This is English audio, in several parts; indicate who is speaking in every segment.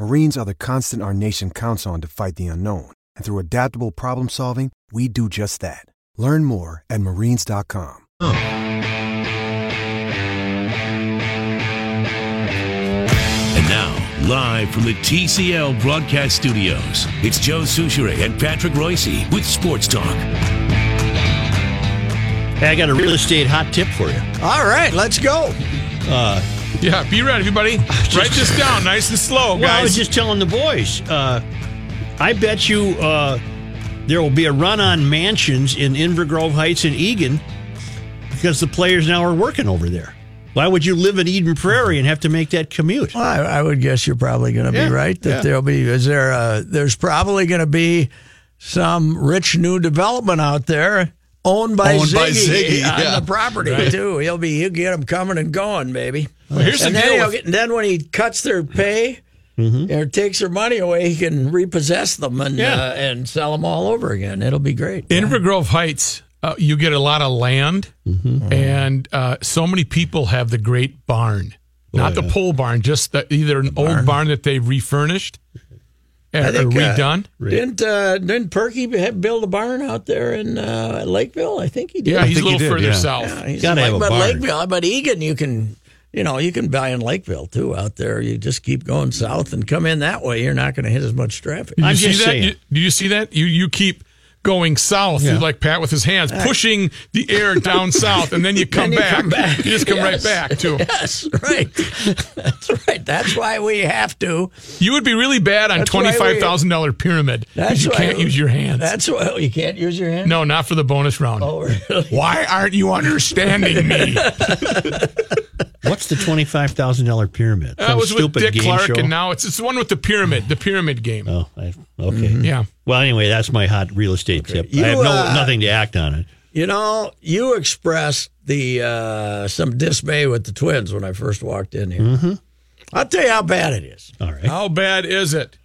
Speaker 1: Marines are the constant our nation counts on to fight the unknown. And through adaptable problem solving, we do just that. Learn more at marines.com.
Speaker 2: And now, live from the TCL broadcast studios, it's Joe Souchere and Patrick Royce with Sports Talk.
Speaker 3: Hey, I got a real estate hot tip for you. Uh,
Speaker 4: All right, let's go.
Speaker 5: Yeah, be ready, everybody. Write this down nice and slow,
Speaker 3: Well, I was
Speaker 5: guys.
Speaker 3: just telling the boys. Uh, I bet you uh, there will be a run on mansions in Invergrove Heights and Egan because the players now are working over there. Why would you live in Eden Prairie and have to make that commute?
Speaker 4: Well, I, I would guess you're probably going to
Speaker 3: Yeah,
Speaker 4: be right that
Speaker 3: yeah.
Speaker 4: there'll be is there uh there's probably going to be some rich new development out there owned by
Speaker 6: Owned
Speaker 4: Ziggy,
Speaker 6: by Ziggy,
Speaker 4: on
Speaker 6: yeah.
Speaker 4: the property too. He'll be he'll get them coming and going, baby.
Speaker 5: Well, here's the
Speaker 4: and then
Speaker 5: deal
Speaker 4: he'll
Speaker 5: with-
Speaker 4: get- and then when he cuts their pay. Or takes their money away, he can repossess them and
Speaker 3: Yeah.
Speaker 4: uh, and sell them all over again. It'll be great.
Speaker 5: Invergrove Heights, uh, you get a lot of land,
Speaker 4: Mm-hmm.
Speaker 5: and uh, so many people have the great barn.
Speaker 4: Oh,
Speaker 5: Not the pole barn, just the, either an old barn that they refurnished and,
Speaker 4: I
Speaker 5: or
Speaker 4: think, uh,
Speaker 5: redone.
Speaker 4: Didn't uh, didn't Perky have- build a barn out there in uh, Lakeville? I think he did.
Speaker 5: yeah, he's a
Speaker 6: think you
Speaker 5: little
Speaker 6: did,
Speaker 5: further
Speaker 6: yeah.
Speaker 5: south.
Speaker 4: He's
Speaker 3: Gotta
Speaker 4: like,
Speaker 3: have a
Speaker 4: but
Speaker 3: barn.
Speaker 4: Lakeville, but Egan, you can, you know, you can buy in Lakeville too out there. You just keep going south and come in that way. You're not going to hit as much traffic.
Speaker 5: Did you
Speaker 3: I'm
Speaker 5: see
Speaker 3: just
Speaker 5: that?
Speaker 3: saying.
Speaker 5: You, do you see that? You you keep going south, you like Pat with his hands, pushing the air down south, and then you come,
Speaker 4: you
Speaker 5: back.
Speaker 4: come back.
Speaker 5: You just come
Speaker 4: Yes.
Speaker 5: right back to.
Speaker 4: Yes, right. That's right. That's why we have to.
Speaker 5: You would be really bad on
Speaker 4: That's why we-
Speaker 5: twenty five thousand dollar pyramid because
Speaker 4: That's
Speaker 5: you
Speaker 4: why
Speaker 5: can't
Speaker 4: we-
Speaker 5: use your hands.
Speaker 4: That's why oh, you can't use your hand.
Speaker 5: No, not for the bonus round.
Speaker 4: Oh, really?
Speaker 5: Why aren't you understanding me?
Speaker 3: What's the twenty-five thousand dollar pyramid?
Speaker 5: that
Speaker 3: Some
Speaker 5: was with
Speaker 3: stupid
Speaker 5: Dick
Speaker 3: game
Speaker 5: Clark,
Speaker 3: show?
Speaker 5: and now it's it's the one with the pyramid, the pyramid game.
Speaker 3: Oh, I, okay.
Speaker 5: Yeah.
Speaker 3: Well, anyway, that's my hot real estate tip.
Speaker 4: You,
Speaker 3: I have no,
Speaker 4: uh,
Speaker 3: nothing to act on it.
Speaker 4: You know, you expressed the uh, some dismay with the twins when I first walked in here. Mm-hmm. I'll tell you how bad it is.
Speaker 3: All right.
Speaker 5: How bad is it?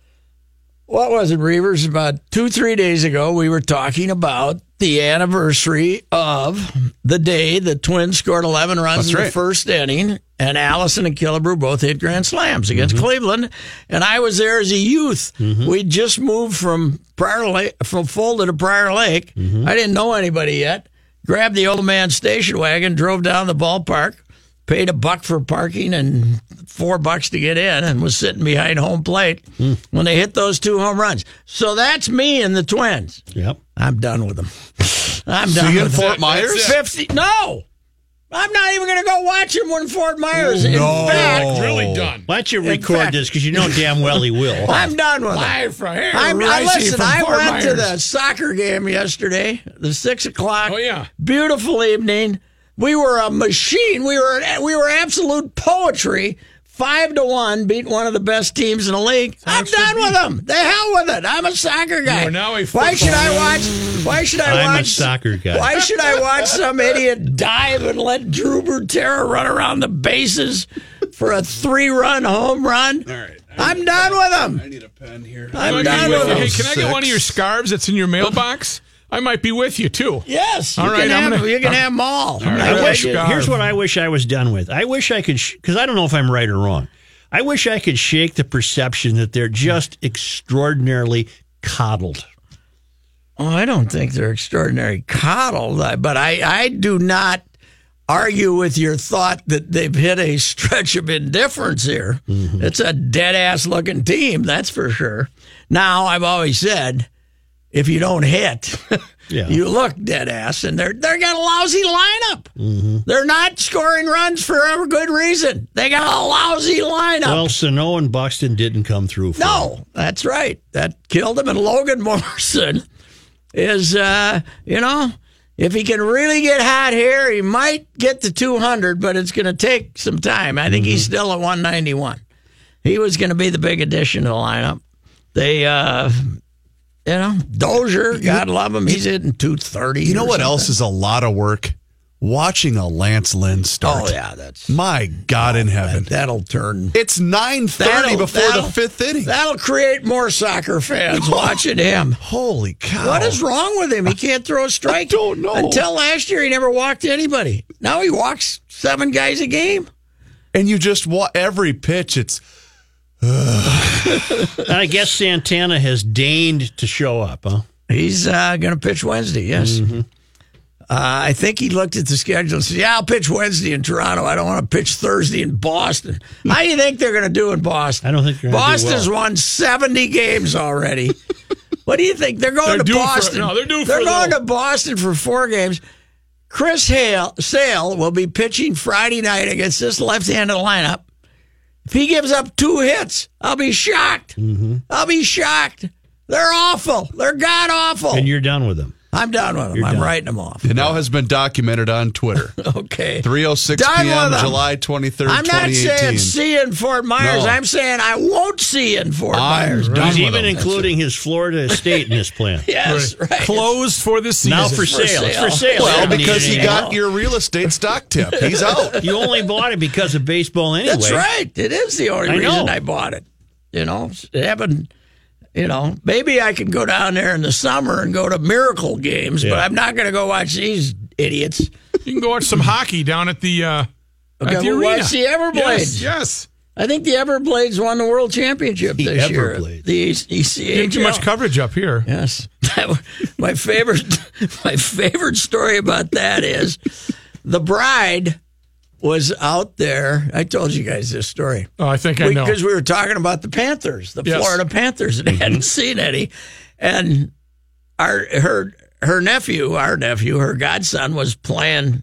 Speaker 4: what was it, Reavers? About two, three days ago, we were talking about the anniversary of the day the Twins scored 11 runs in the first inning, and Allison and Killebrew both hit grand slams against
Speaker 6: Mm-hmm.
Speaker 4: Cleveland. And I was there as a youth. We just moved from Prior Lake, from Folda to Prior Lake.
Speaker 6: Mm-hmm.
Speaker 4: I didn't know anybody yet. Grabbed the old man's station wagon, drove down the ballpark paid a buck for parking and four bucks to get in and was sitting behind home plate
Speaker 6: Hmm.
Speaker 4: when they hit those two home runs. So that's me and the twins.
Speaker 3: Yep.
Speaker 4: I'm done with them. I'm done
Speaker 6: you in
Speaker 4: with them.
Speaker 6: Fort Myers?
Speaker 4: 50 No. I'm not even going to go watch them when Fort Myers. in fact,
Speaker 5: Really done.
Speaker 3: Why don't you record
Speaker 4: fact-
Speaker 3: this? Because you know damn well he will.
Speaker 4: I'm done with them.
Speaker 5: Live from here.
Speaker 4: I'm, I,
Speaker 5: Ricey
Speaker 4: listen,
Speaker 5: from
Speaker 4: I
Speaker 5: Fort
Speaker 4: went to
Speaker 5: Myers.
Speaker 4: the soccer game yesterday, the six o'clock.
Speaker 5: Oh, yeah.
Speaker 4: beautiful evening. We were a machine. We were we were absolute poetry. Five to one, beat one of the best teams in the league.
Speaker 5: Sounds
Speaker 4: I'm done
Speaker 5: good
Speaker 4: with them. The hell with it. I'm a soccer guy.
Speaker 5: You are now a
Speaker 4: why
Speaker 5: football
Speaker 4: should I watch? Why should I
Speaker 3: I'm a
Speaker 4: watch
Speaker 3: soccer guy.
Speaker 4: Why should I watch some idiot dive and let Drew Bertera run around the bases for a three-run home run? All right, I'm done with them.
Speaker 6: need a pen here.
Speaker 4: I'm
Speaker 5: Hey,
Speaker 4: done with them.
Speaker 5: Hey, can I get one of your
Speaker 6: Six.
Speaker 5: scarves that's in your mailbox? I might be with you too.
Speaker 4: Yes.
Speaker 5: All
Speaker 4: you
Speaker 5: right,
Speaker 4: Can
Speaker 5: I'm
Speaker 4: have,
Speaker 5: gonna-
Speaker 4: you can
Speaker 5: I'm-
Speaker 4: have them all.
Speaker 5: right,
Speaker 4: I
Speaker 5: I'm
Speaker 4: wish
Speaker 5: gonna
Speaker 4: it-
Speaker 5: scarf.
Speaker 3: Here's what I wish I was done with. I wish I could, because I don't know if I'm right or wrong. I wish I could shake the perception that they're just extraordinarily coddled.
Speaker 4: Oh, I don't think they're extraordinary coddled, I- but I, I do not argue with your thought that they've hit a stretch of indifference here. It's a dead ass looking team, that's for sure. Now, I've always said if you don't hit,
Speaker 3: Yeah.
Speaker 4: You look dead ass, and they're they're got a lousy lineup. They're not scoring runs for a good reason. They got a lousy lineup.
Speaker 3: Well, Sano and Buxton didn't come through. For him.
Speaker 4: No, that's right. That killed him. And Logan Morrison is, uh, you know, if he can really get hot here, he might get to 200, but it's going to take some time. I think he's
Speaker 6: Mm-hmm.
Speaker 4: still at 191. He was going to be the big addition to the lineup. They, uh, you know, Dozier, God love him, he's hitting 230.
Speaker 6: You know
Speaker 4: or
Speaker 6: what
Speaker 4: something.
Speaker 6: else is a lot of work? Watching a Lance Lynn start.
Speaker 4: Oh, yeah, that's. Oh,
Speaker 6: My God in heaven.
Speaker 4: That'll turn.
Speaker 6: it's 9.30
Speaker 4: That'll-
Speaker 6: before
Speaker 4: that'll-
Speaker 6: the fifth inning.
Speaker 4: That'll create more soccer fans watching him.
Speaker 6: Holy cow.
Speaker 4: What is wrong with him? He can't throw a strike.
Speaker 6: I don't know.
Speaker 4: Until last year, he never walked anybody. Now he walks seven guys a game.
Speaker 6: And you just, wa- every pitch, it's,
Speaker 3: And I guess Santana has deigned to show up, huh?
Speaker 4: He's uh, going to pitch Wednesday. Yes. Uh, I think he looked at the schedule and said, "Yeah, I'll pitch Wednesday in Toronto. I don't want to pitch Thursday in Boston." How do you think they're going to do in Boston?
Speaker 3: I don't think they're gonna do
Speaker 4: Boston's
Speaker 3: well.
Speaker 4: won seventy games already. what do you think they're going
Speaker 5: They're
Speaker 4: to
Speaker 5: due for-
Speaker 4: Boston?
Speaker 5: no, they're due for a
Speaker 4: going
Speaker 5: little-
Speaker 4: to Boston for four games. Chris Hale Sale will be pitching Friday night against this left-handed lineup. If he gives up two hits, I'll be shocked.
Speaker 3: Mm-hmm.
Speaker 4: I'll be shocked. They're awful. They're god awful.
Speaker 3: And you're done with him.
Speaker 4: I'm done with them. I'm writing them off.
Speaker 6: it now has been documented on Twitter.
Speaker 4: Okay.
Speaker 6: 3.06
Speaker 4: Done
Speaker 6: p.m.
Speaker 4: with 'em.
Speaker 6: July 23rd,
Speaker 4: I'm not
Speaker 6: 2018.
Speaker 4: saying see in Fort Myers.
Speaker 6: No.
Speaker 4: I'm saying I won't see in Fort
Speaker 6: I'm
Speaker 4: Myers.
Speaker 6: done
Speaker 3: He's
Speaker 6: with
Speaker 3: even
Speaker 6: him.
Speaker 3: including his Florida estate in his plan.
Speaker 4: Yes, right.
Speaker 5: Closed for the season.
Speaker 3: Now for sale. It's for sale.
Speaker 4: Well,
Speaker 6: Well,
Speaker 3: Everybody
Speaker 6: because he
Speaker 3: needs it.
Speaker 6: got your real estate stock tip. He's out.
Speaker 3: You only bought it because of baseball anyway.
Speaker 4: That's right. It is the only
Speaker 3: I
Speaker 4: reason
Speaker 3: know.
Speaker 4: I bought it. You know, it happened. You know, maybe I can go down there in the summer and go to miracle games, but
Speaker 3: Yeah.
Speaker 4: I'm not going to go watch these idiots.
Speaker 5: You can go watch some hockey down at the uh,
Speaker 4: Okay,
Speaker 5: at the
Speaker 4: we'll
Speaker 5: arena.
Speaker 4: watch the Everblades.
Speaker 5: Yes, yes.
Speaker 4: I think the Everblades won the world championship
Speaker 3: The
Speaker 4: this year.
Speaker 3: Everblades.
Speaker 4: The E ECHL.
Speaker 5: Getting too much coverage up here.
Speaker 4: Yes, That was- my favorite my favorite story about that is the bride was out there. I told you guys this story
Speaker 5: Oh, I think I know.
Speaker 4: because we, were talking about the Panthers, the
Speaker 5: Yes. Mm-hmm.
Speaker 4: Florida Panthers, and hadn't seen any. And our her her nephew, our nephew, her godson was playing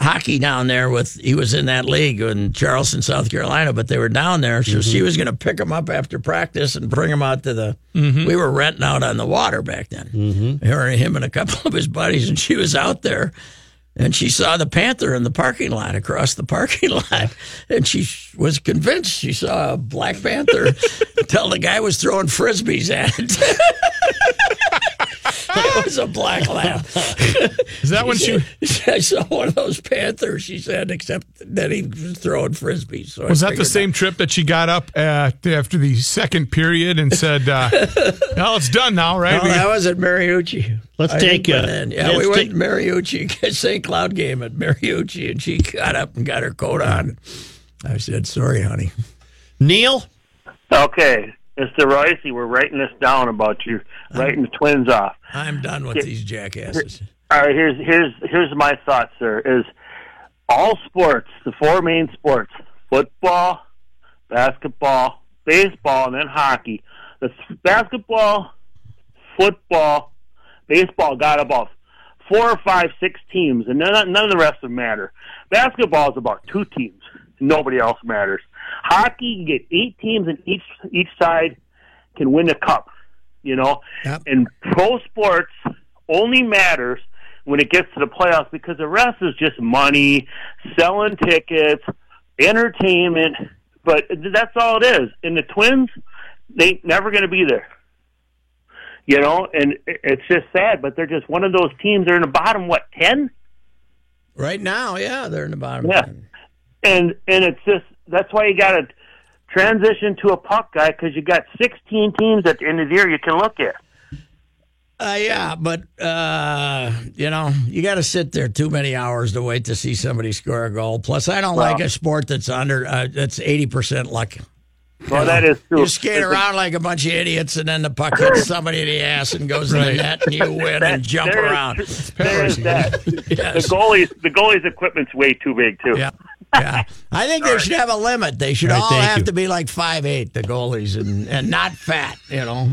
Speaker 4: hockey down there with he was in that league in Charleston, South Carolina, but they were down there, so
Speaker 5: Mm-hmm.
Speaker 4: she was going to pick him up after practice and bring him out to the.
Speaker 5: Mm-hmm.
Speaker 4: We were renting out on the water back then. Mm-hmm. Her, him, and a couple of his buddies, and she was out there. And she saw the panther in the parking lot across the parking lot, and she was convinced she saw a black panther until the guy was throwing frisbees at it. it was a black lamb.
Speaker 5: Is that when she
Speaker 4: I saw one of those panthers. She said, except that he was throwing frisbees. So I
Speaker 5: was that the
Speaker 4: figured
Speaker 5: same trip that she got up at after the second period and said, uh, "Well, it's done now, right?"
Speaker 4: No,
Speaker 5: We-
Speaker 4: that was at Mariucci.
Speaker 3: Let's
Speaker 4: I
Speaker 3: take,
Speaker 4: think by
Speaker 3: uh,
Speaker 4: then. Yeah,
Speaker 3: let's
Speaker 4: we went
Speaker 3: take-
Speaker 4: to Mariucci, St. Cloud game at Mariucci, and she got up and got her coat on. I said, sorry, honey.
Speaker 3: Neil?
Speaker 7: Okay, Mr. Royce, we're writing this down about you, writing the twins off.
Speaker 4: I'm done with these jackasses.
Speaker 7: All right, here's here's here's my thought, sir. Is all sports, the four main sports, football, basketball, baseball, and then hockey. The th- basketball, football, baseball got about four or five, six teams, and none, none of the rest of them matter. Basketball is about two teams. Nobody else matters. Hockey, you get eight teams, and each each side can win a cup. You know,
Speaker 4: Yep.
Speaker 7: and pro sports only matters when it gets to the playoffs because the rest is just money, selling tickets, entertainment. But that's all it is. And the Twins, they never going to be there you know, and it- it's just sad. But they're just one of those teams. They're in the bottom what ten,
Speaker 4: Right now, yeah, they're in the bottom.
Speaker 7: Yeah. and and it's just that's why you got to transition to a puck guy because you got sixteen teams at the end of the year you can look at.
Speaker 4: Uh, yeah, but uh, you know, you got to sit there too many hours to wait to see somebody score a goal. Plus, I don't like a sport that's under uh, that's eighty percent luck.
Speaker 7: Well, that is true.
Speaker 4: You skate around like a bunch of idiots, and then the puck hits somebody in the ass and goes in the net, and you win and jump
Speaker 7: there is
Speaker 4: around.
Speaker 7: tr- there is that. The goalies, the goalies' equipment's way too big too.
Speaker 4: Yeah. yeah. I think they should have a limit. They should
Speaker 3: All
Speaker 4: all,
Speaker 3: right, thank
Speaker 4: have
Speaker 3: you.
Speaker 4: to be like five eight, the goalies, and, and not fat, you know.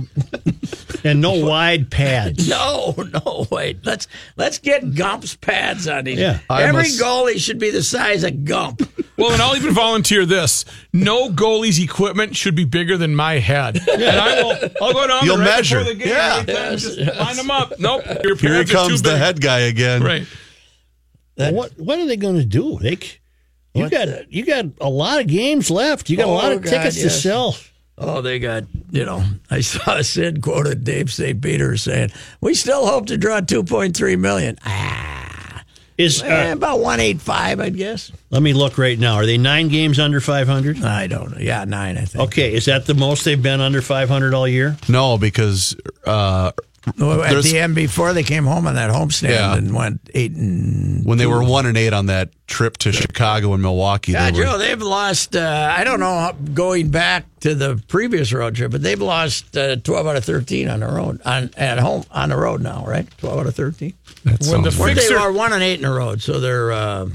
Speaker 3: and no wide pads.
Speaker 4: No, no, wait. Let's let's get Gump's pads on these.
Speaker 3: Yeah.
Speaker 6: I
Speaker 4: Every
Speaker 6: must-
Speaker 4: goalie should be the size of Gump.
Speaker 5: Well, and I'll even volunteer this. No goalie's equipment should be bigger than my head. And I will, I'll go down
Speaker 6: You'll
Speaker 5: there right
Speaker 6: measure.
Speaker 5: before the game.
Speaker 6: Yeah.
Speaker 5: every time, just line them up. Nope. Your
Speaker 6: Here
Speaker 5: pads are
Speaker 6: comes
Speaker 5: too
Speaker 6: the
Speaker 5: big.
Speaker 6: head guy again.
Speaker 5: Right.
Speaker 3: what what are they going to do? They, c- you got you got a lot of games left. You got a lot
Speaker 4: Oh,
Speaker 3: of
Speaker 4: God,
Speaker 3: tickets to
Speaker 4: yes.
Speaker 3: sell.
Speaker 4: Oh, they got, you know, I saw Sid quoted Dave St. Peter saying, We still hope to draw 2.3 million. Ah,
Speaker 3: Is
Speaker 4: eh,
Speaker 3: uh,
Speaker 4: about 185, I guess.
Speaker 3: let me look right now. Are they nine games under five hundred?
Speaker 4: I don't know. Yeah, nine, I think.
Speaker 3: Okay, is that the most they've been under five hundred all year?
Speaker 6: No, because uh,
Speaker 4: Well, At
Speaker 6: There's-
Speaker 4: the end, before they came home on that homestand
Speaker 6: Yeah.
Speaker 4: and went eight and.
Speaker 6: when they were one and eight on that trip to Chicago and Milwaukee,
Speaker 4: God,
Speaker 6: they were,
Speaker 4: Joe, they've lost, uh, I don't know, how- going back to the previous road trip, but they've lost uh, 12 out of 13 on the road, on at home, on the road now, right? 12 out of 13?
Speaker 6: That
Speaker 5: When the
Speaker 6: sounds right.
Speaker 4: They
Speaker 5: fixer
Speaker 4: are one and eight in a row, so they're uh,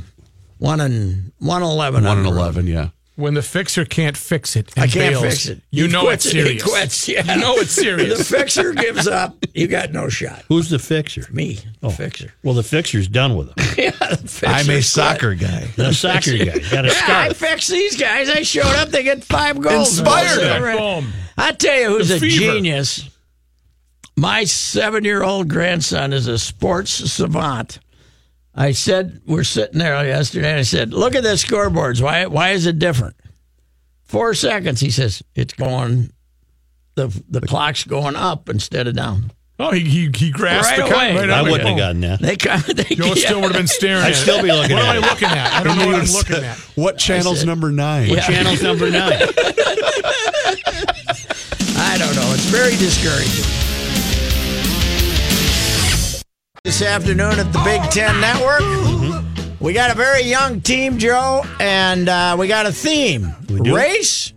Speaker 4: one and one eleven.
Speaker 6: one
Speaker 4: on
Speaker 6: and
Speaker 4: the road.
Speaker 6: eleven. Yeah,
Speaker 5: when the fixer can't fix it, and
Speaker 4: I can't
Speaker 5: bails,
Speaker 4: fix it.
Speaker 5: You
Speaker 4: He
Speaker 5: know
Speaker 4: quits
Speaker 5: it's
Speaker 4: it. He
Speaker 5: serious.
Speaker 4: quits, yeah.
Speaker 5: You know it's
Speaker 4: the
Speaker 5: serious.
Speaker 4: fixer gives up. You got no shot.
Speaker 3: Who's the fixer? Oh,
Speaker 4: Me, the fixer.
Speaker 3: Well, the fixer's done with them.
Speaker 4: yeah, the fixer.
Speaker 6: I'm a soccer guy.
Speaker 3: The soccer guy got a
Speaker 4: Yeah, I
Speaker 3: scarf.
Speaker 4: fix these guys. I showed up. They get five goals.
Speaker 6: Inspired
Speaker 4: Those are
Speaker 6: him.
Speaker 4: right.
Speaker 5: Boom.
Speaker 4: I tell you who's
Speaker 5: The
Speaker 4: a
Speaker 5: fever.
Speaker 4: genius. My seven year old grandson is a sports savant. I said, we're sitting there yesterday, and I said, look at the scoreboards. Why, why is it different? Four seconds, he says, it's going, the, the clock's going up instead of down.
Speaker 5: Oh, he he, he grasped
Speaker 4: Right
Speaker 5: the
Speaker 4: away.
Speaker 5: cut right
Speaker 3: I
Speaker 5: away.
Speaker 3: wouldn't have gotten that.
Speaker 4: They kind of, they,
Speaker 5: Joe still would have been staring.
Speaker 3: I'd
Speaker 5: at
Speaker 3: still
Speaker 5: it.
Speaker 3: be looking
Speaker 5: What
Speaker 3: at
Speaker 5: am
Speaker 3: it.
Speaker 5: I looking at? I don't know what I'm looking at.
Speaker 6: What channel's number nine?
Speaker 3: Channel's number nine.
Speaker 4: I don't know. It's very discouraging. This afternoon at the Big Ten Network,
Speaker 5: Mm-hmm.
Speaker 4: we got a very young team, Joe, and uh, we got a theme
Speaker 3: do.
Speaker 4: race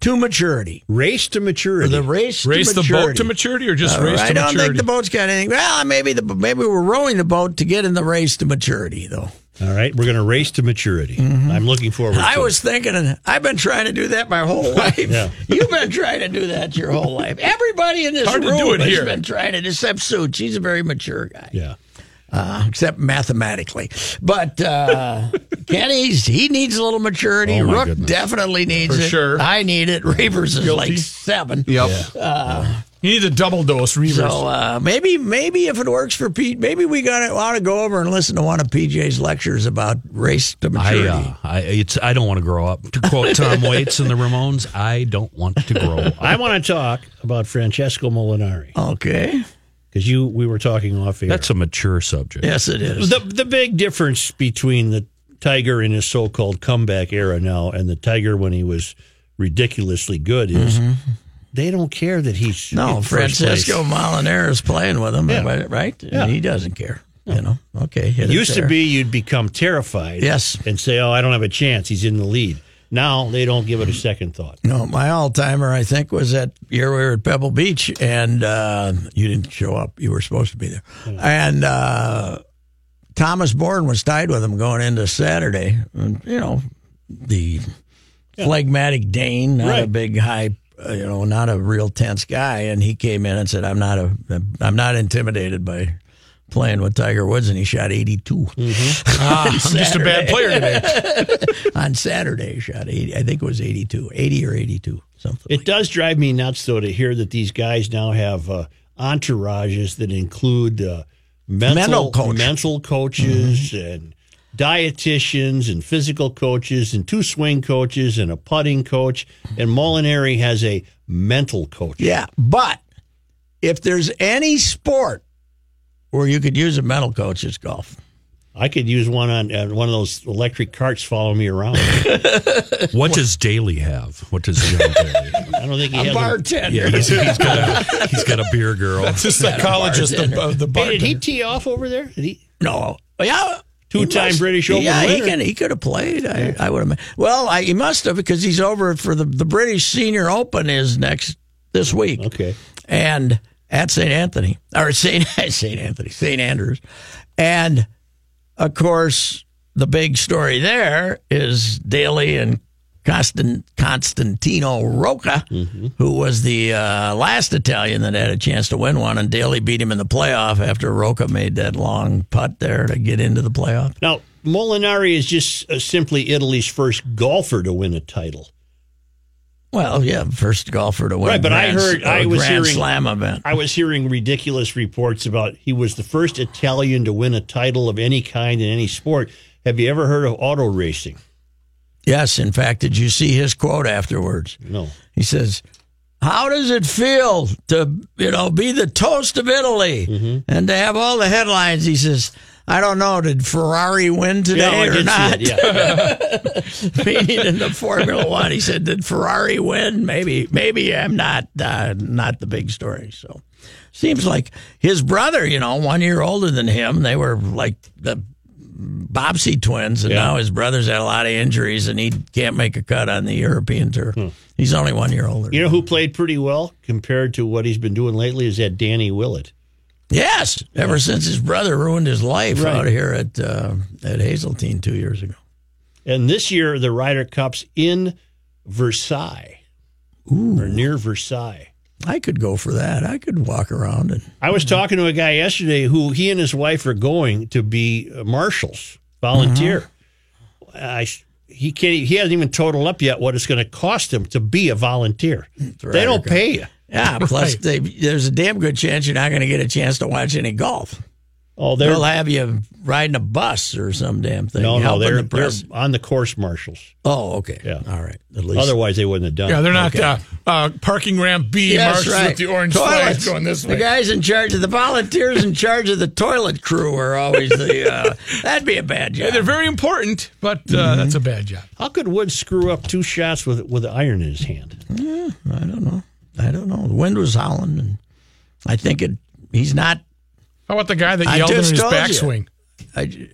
Speaker 4: to maturity.
Speaker 3: Race to maturity.
Speaker 4: The race,
Speaker 5: Race
Speaker 4: to
Speaker 5: the
Speaker 4: maturity.
Speaker 5: boat to maturity, or just
Speaker 4: All
Speaker 5: race to
Speaker 4: right, I don't think
Speaker 5: maturity?
Speaker 4: the boat's got anything. Well, maybe the maybe we're rowing the boat to get in the race to maturity, though.
Speaker 3: All right, we're going to race to maturity. I'm looking forward. to
Speaker 4: Mm-hmm. I
Speaker 3: it.
Speaker 4: was thinking, and I've been trying to do that my whole life.
Speaker 3: Yeah.
Speaker 4: You've been trying to do that your whole life. Everybody in this
Speaker 5: Hard to
Speaker 4: room
Speaker 5: do it
Speaker 4: has
Speaker 5: here.
Speaker 4: been trying it, except Suits. He's a very mature guy,
Speaker 3: Yeah.
Speaker 4: uh, except mathematically. But uh, Kenny's he needs a little maturity.
Speaker 3: Oh, my
Speaker 4: Rook
Speaker 3: goodness.
Speaker 4: definitely needs
Speaker 5: For
Speaker 4: it.
Speaker 5: sure.
Speaker 4: I need it. Reavers is
Speaker 5: Guilty.
Speaker 4: like seven.
Speaker 6: Yep.
Speaker 5: you need a double dose, Reavers.
Speaker 4: So uh, maybe maybe if it works for Pete, maybe we gotta ought to go over and listen to one of PJ's lectures about race to
Speaker 8: I,
Speaker 4: maturity.
Speaker 8: uh, I, it's, I don't want to grow up. To quote Tom Waits and the Ramones, I don't want to grow up.
Speaker 3: I want to talk about Francesco Molinari
Speaker 4: okay.
Speaker 3: because you we were talking off air.
Speaker 8: That's a mature subject.
Speaker 4: Yes, it is.
Speaker 3: the the big difference between the Tiger in his so-called comeback era now and the Tiger when he was ridiculously good is they don't care that he's
Speaker 4: Mm-hmm. No,
Speaker 3: in first place.
Speaker 4: Francisco Molinaro is playing with him,
Speaker 3: Yeah.
Speaker 4: right? right? And he doesn't care. You know, okay. hit it
Speaker 3: Used to
Speaker 4: there.
Speaker 3: be you'd become terrified,
Speaker 4: Yes.
Speaker 3: and say, "Oh, I don't have a chance. He's in the lead." Now they don't give it a second thought.
Speaker 4: No, my all timer, I think, was that year we were at Pebble Beach and uh, you didn't show up. You were supposed to be there. And uh, Thomas Bourne was tied with him going into Saturday. And, you know, the phlegmatic Dane, not a
Speaker 3: Right.
Speaker 4: big high, uh, you know, not a real tense guy. And he came in and said, "I'm not a, I'm not intimidated by." Playing with Tiger Woods, and he shot 82
Speaker 5: Ah, I'm just a bad player today.
Speaker 4: on Saturday. He shot 80, I think it was 82, 80 or 82, something.
Speaker 3: It does drive me nuts, though, to hear that these guys now have uh, entourages that include uh, mental
Speaker 4: Mental Mm-hmm. coach.
Speaker 3: mental coaches and dietitians and physical coaches and two swing coaches and a putting coach. And Molinari has a mental coach.
Speaker 4: Yeah, but if there's any sport where you could use a mental coach, it's golf.
Speaker 3: I could use one on uh, one of those electric carts following me around.
Speaker 8: What does Daly have? What does young Daly have?
Speaker 3: I don't think he
Speaker 4: A
Speaker 3: has
Speaker 4: bartender.
Speaker 8: Yeah, he's, he's, got a, he's got a beer girl.
Speaker 5: It's a psychologist, the, uh, the
Speaker 3: Hey, did he
Speaker 5: bartender.
Speaker 3: tee off over there? Did he?
Speaker 4: No, yeah. he
Speaker 3: Two-time
Speaker 4: must-
Speaker 3: British Open
Speaker 4: Yeah, he
Speaker 3: winner.
Speaker 4: can. He could have played. I, I would have. Well, I, he must have because he's over for the the British Senior Open is next this week.
Speaker 3: Okay.
Speaker 4: and at St. Anthony or St. St. Anthony, St. Andrews, and of course the big story there is Daly and Constant, Constantino Rocca,
Speaker 3: Mm-hmm.
Speaker 4: who was the uh, last Italian that had a chance to win one, and Daly beat him in the playoff after Rocca made that long putt there to get into the playoff.
Speaker 3: Now, Molinari is just uh, simply Italy's first golfer to win a title.
Speaker 4: Well, Oh, yeah, first golfer to win.
Speaker 3: Right, but I
Speaker 4: Grand-
Speaker 3: heard-
Speaker 4: a
Speaker 3: I was
Speaker 4: Grand
Speaker 3: hearing-
Speaker 4: Slam event.
Speaker 3: I was hearing ridiculous reports about he was the first Italian to win a title of any kind in any sport. Have you ever heard of auto racing?
Speaker 4: Yes, in fact, did you see his quote afterwards?
Speaker 3: No.
Speaker 4: He says, "How does it feel to you know be the toast of Italy
Speaker 3: Mm-hmm.
Speaker 4: and to have all the headlines?" He says, "I don't know. Did Ferrari win
Speaker 3: Yeah,
Speaker 4: today
Speaker 3: I
Speaker 4: or
Speaker 3: did see
Speaker 4: not?"
Speaker 3: it, yeah.
Speaker 4: Meaning in the Formula One, he said, "Did Ferrari win? Maybe, maybe I'm not uh, not the big story." So, seems like his brother, you know, one year older than him, they were like the Bobsey twins, and
Speaker 3: Yeah.
Speaker 4: now his brother's had a lot of injuries, and he can't make a cut on the European tour.
Speaker 3: Hmm.
Speaker 4: He's only one year older.
Speaker 3: You know who played pretty well compared to what he's been doing lately is that Danny Willett.
Speaker 4: Yes, ever since his brother ruined his life
Speaker 3: Right.
Speaker 4: out here at uh, at Hazeltine two years ago.
Speaker 3: And this year, the Ryder Cup's in Versailles or near Versailles.
Speaker 4: I could go for that. I could walk around and
Speaker 3: I was talking to a guy yesterday who he and his wife are going to be uh, marshals, volunteer.
Speaker 4: Mm-hmm.
Speaker 3: I s he can't. He hasn't even totaled up yet what it's going to cost him to be a volunteer. They don't pay you.
Speaker 4: yeah. Plus, they, there's a damn good chance you're not going to get a chance to watch any golf.
Speaker 3: Oh,
Speaker 4: they
Speaker 3: they're
Speaker 4: will have you riding a bus or some damn thing.
Speaker 3: no, no,
Speaker 4: helping
Speaker 3: they're,
Speaker 4: the press.
Speaker 3: they're on the course marshals.
Speaker 4: Oh, okay.
Speaker 3: Yeah.
Speaker 4: All right. At least.
Speaker 3: Otherwise, they wouldn't have done.
Speaker 5: Yeah,
Speaker 3: it.
Speaker 5: they're not uh, uh, parking ramp B
Speaker 4: Yes,
Speaker 5: marches
Speaker 4: right.
Speaker 5: with the orange
Speaker 4: Toilets.
Speaker 5: flags going this
Speaker 4: The
Speaker 5: way.
Speaker 4: guys in charge of the volunteers in charge of the toilet crew are always the. Uh, that'd be a bad
Speaker 5: Yeah,
Speaker 4: job.
Speaker 5: they're very important, but uh,
Speaker 4: Mm-hmm.
Speaker 5: that's a bad job.
Speaker 3: How could Wood screw up two shots with with an iron in his hand?
Speaker 4: Hmm, I don't know. I don't know. The wind was howling, and I think it. He's not.
Speaker 5: How about the guy that
Speaker 4: I
Speaker 5: yelled in
Speaker 4: just
Speaker 5: his
Speaker 4: told you.
Speaker 5: backswing?
Speaker 4: I, ju-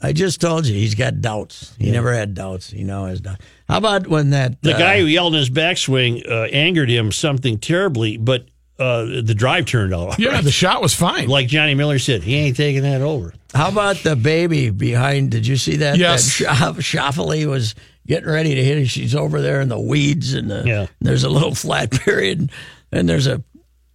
Speaker 4: I just told you he's got doubts. He never had doubts. He now has doubts. How about when that
Speaker 3: The
Speaker 4: uh,
Speaker 3: guy who yelled in his backswing uh, angered him something terribly, but uh, the drive turned out. all
Speaker 5: Yeah,
Speaker 3: right.
Speaker 5: the shot was fine.
Speaker 3: like Johnny Miller said, he ain't taking that over.
Speaker 4: How about the baby behind? Did you see that?
Speaker 5: Yes.
Speaker 4: That Sha- Shoffley was getting ready to hit her. She's over there in the weeds, and the,
Speaker 3: Yeah.
Speaker 4: there's a little flat period, and there's a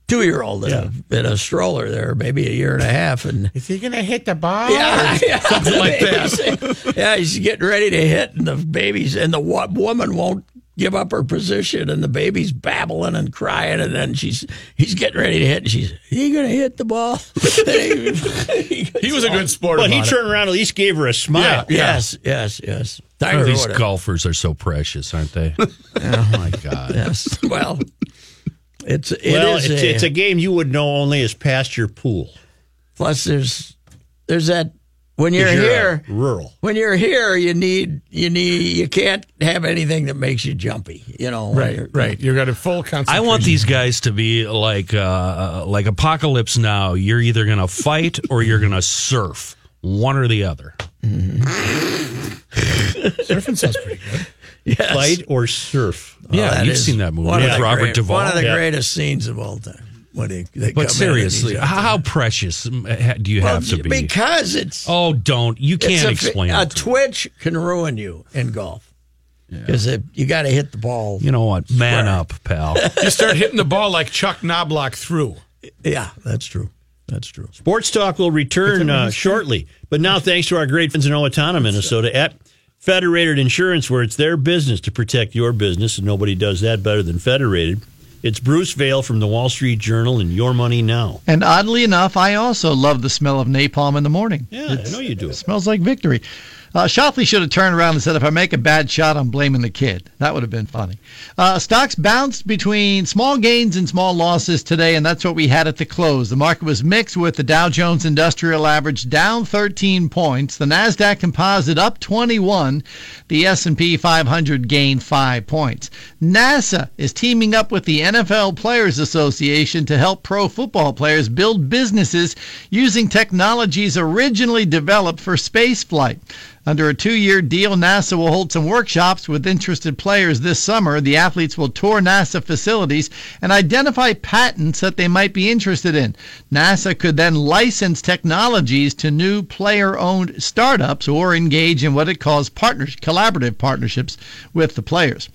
Speaker 4: two year old in, a in a stroller there, maybe a year and a half, and
Speaker 5: Is he gonna hit the ball?
Speaker 4: yeah, yeah,
Speaker 5: Something like that.
Speaker 4: yeah, he's getting ready to hit, and the baby's and the wo- woman won't give up her position, and the baby's babbling and crying, and then she's he's getting ready to hit, and she's he gonna hit the ball.
Speaker 5: He was a good sport.
Speaker 3: Well, he
Speaker 5: about it.
Speaker 3: turned around and at least gave her a smile.
Speaker 4: Yes, yes, yes. Tiger
Speaker 8: Oh, these
Speaker 4: Woods.
Speaker 8: golfers are so precious, aren't they? oh my god!
Speaker 4: Yes. Well, it's it is
Speaker 3: well, it's,
Speaker 4: a,
Speaker 3: it's a game you would know only as past your pool.
Speaker 4: plus. There's there's that when you're,
Speaker 3: 'Cause
Speaker 4: here.
Speaker 3: a rural.
Speaker 4: when you're here, you need you need you can't have anything that makes you jumpy. You know. when
Speaker 5: Right,
Speaker 4: you're-
Speaker 5: right. You got a full
Speaker 8: I
Speaker 5: concentration.
Speaker 8: want these guys to be like uh, like Apocalypse Now. You're either gonna fight or you're gonna surf. One or the other.
Speaker 5: Surfing sounds pretty good.
Speaker 4: Yes.
Speaker 3: Fight or surf.
Speaker 4: Well,
Speaker 8: yeah,
Speaker 4: that
Speaker 8: you've
Speaker 4: is
Speaker 8: seen that movie
Speaker 4: one of
Speaker 8: with
Speaker 4: the
Speaker 8: Robert
Speaker 4: great-
Speaker 8: Duvall.
Speaker 4: One of the
Speaker 3: Yeah.
Speaker 4: greatest scenes of all time. When he, they come in
Speaker 8: But
Speaker 4: and
Speaker 8: seriously,
Speaker 4: he's
Speaker 8: how,
Speaker 4: out
Speaker 8: how precious um, ha- do you
Speaker 4: there.
Speaker 8: have to be?
Speaker 4: because it's
Speaker 8: oh, don't you
Speaker 4: it's
Speaker 8: can't
Speaker 4: a,
Speaker 8: explain
Speaker 4: a
Speaker 8: it. to me.
Speaker 4: twitch can ruin you in golf because you got to hit the ball.
Speaker 8: you know what? Man up, pal.
Speaker 5: You start hitting the ball like Chuck Knoblock threw.
Speaker 4: Yeah, that's true. That's true.
Speaker 3: Sports Talk will return uh, shortly. But now, thanks to our great friends in Owatonna, Minnesota, at Federated Insurance, where it's their business to protect your business, and nobody does that better than Federated. It's Bruce Vail from the Wall Street Journal and Your Money Now.
Speaker 9: And oddly enough, I also love the smell of napalm in the morning.
Speaker 3: Yeah, I know you do.
Speaker 9: It smells like victory. Uh, Shoffley should have turned around and said, if I make a bad shot, I'm blaming the kid. That would have been funny. Uh, stocks bounced between small gains and small losses today, and that's what we had at the close. The market was mixed with the Dow Jones Industrial Average down 13 points, the NASDAQ Composite up 21, the S&P 500 gained 5 points. NASA is teaming up with the NFL Players Association to help pro football players build businesses using technologies originally developed for space flight. Under a two year deal, NASA will hold some workshops with interested players this summer. The athletes will tour NASA facilities and identify patents that they might be interested in. NASA could then license technologies to new player owned startups or engage in what it calls partners, collaborative partnerships with the players.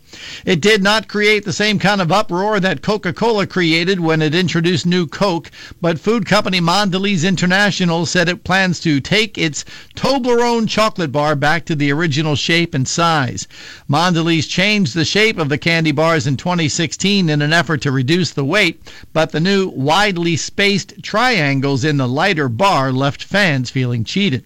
Speaker 9: It did not create the same kind of uproar that Coca Cola created when it introduced new Coke, but food company Mondelez International said it plans to take its Toblerone chocolate bar back to the original shape and size. Mondelez changed the shape of the candy bars in 2016 in an effort to reduce the weight, but the new widely spaced triangles in the lighter bar left fans feeling cheated.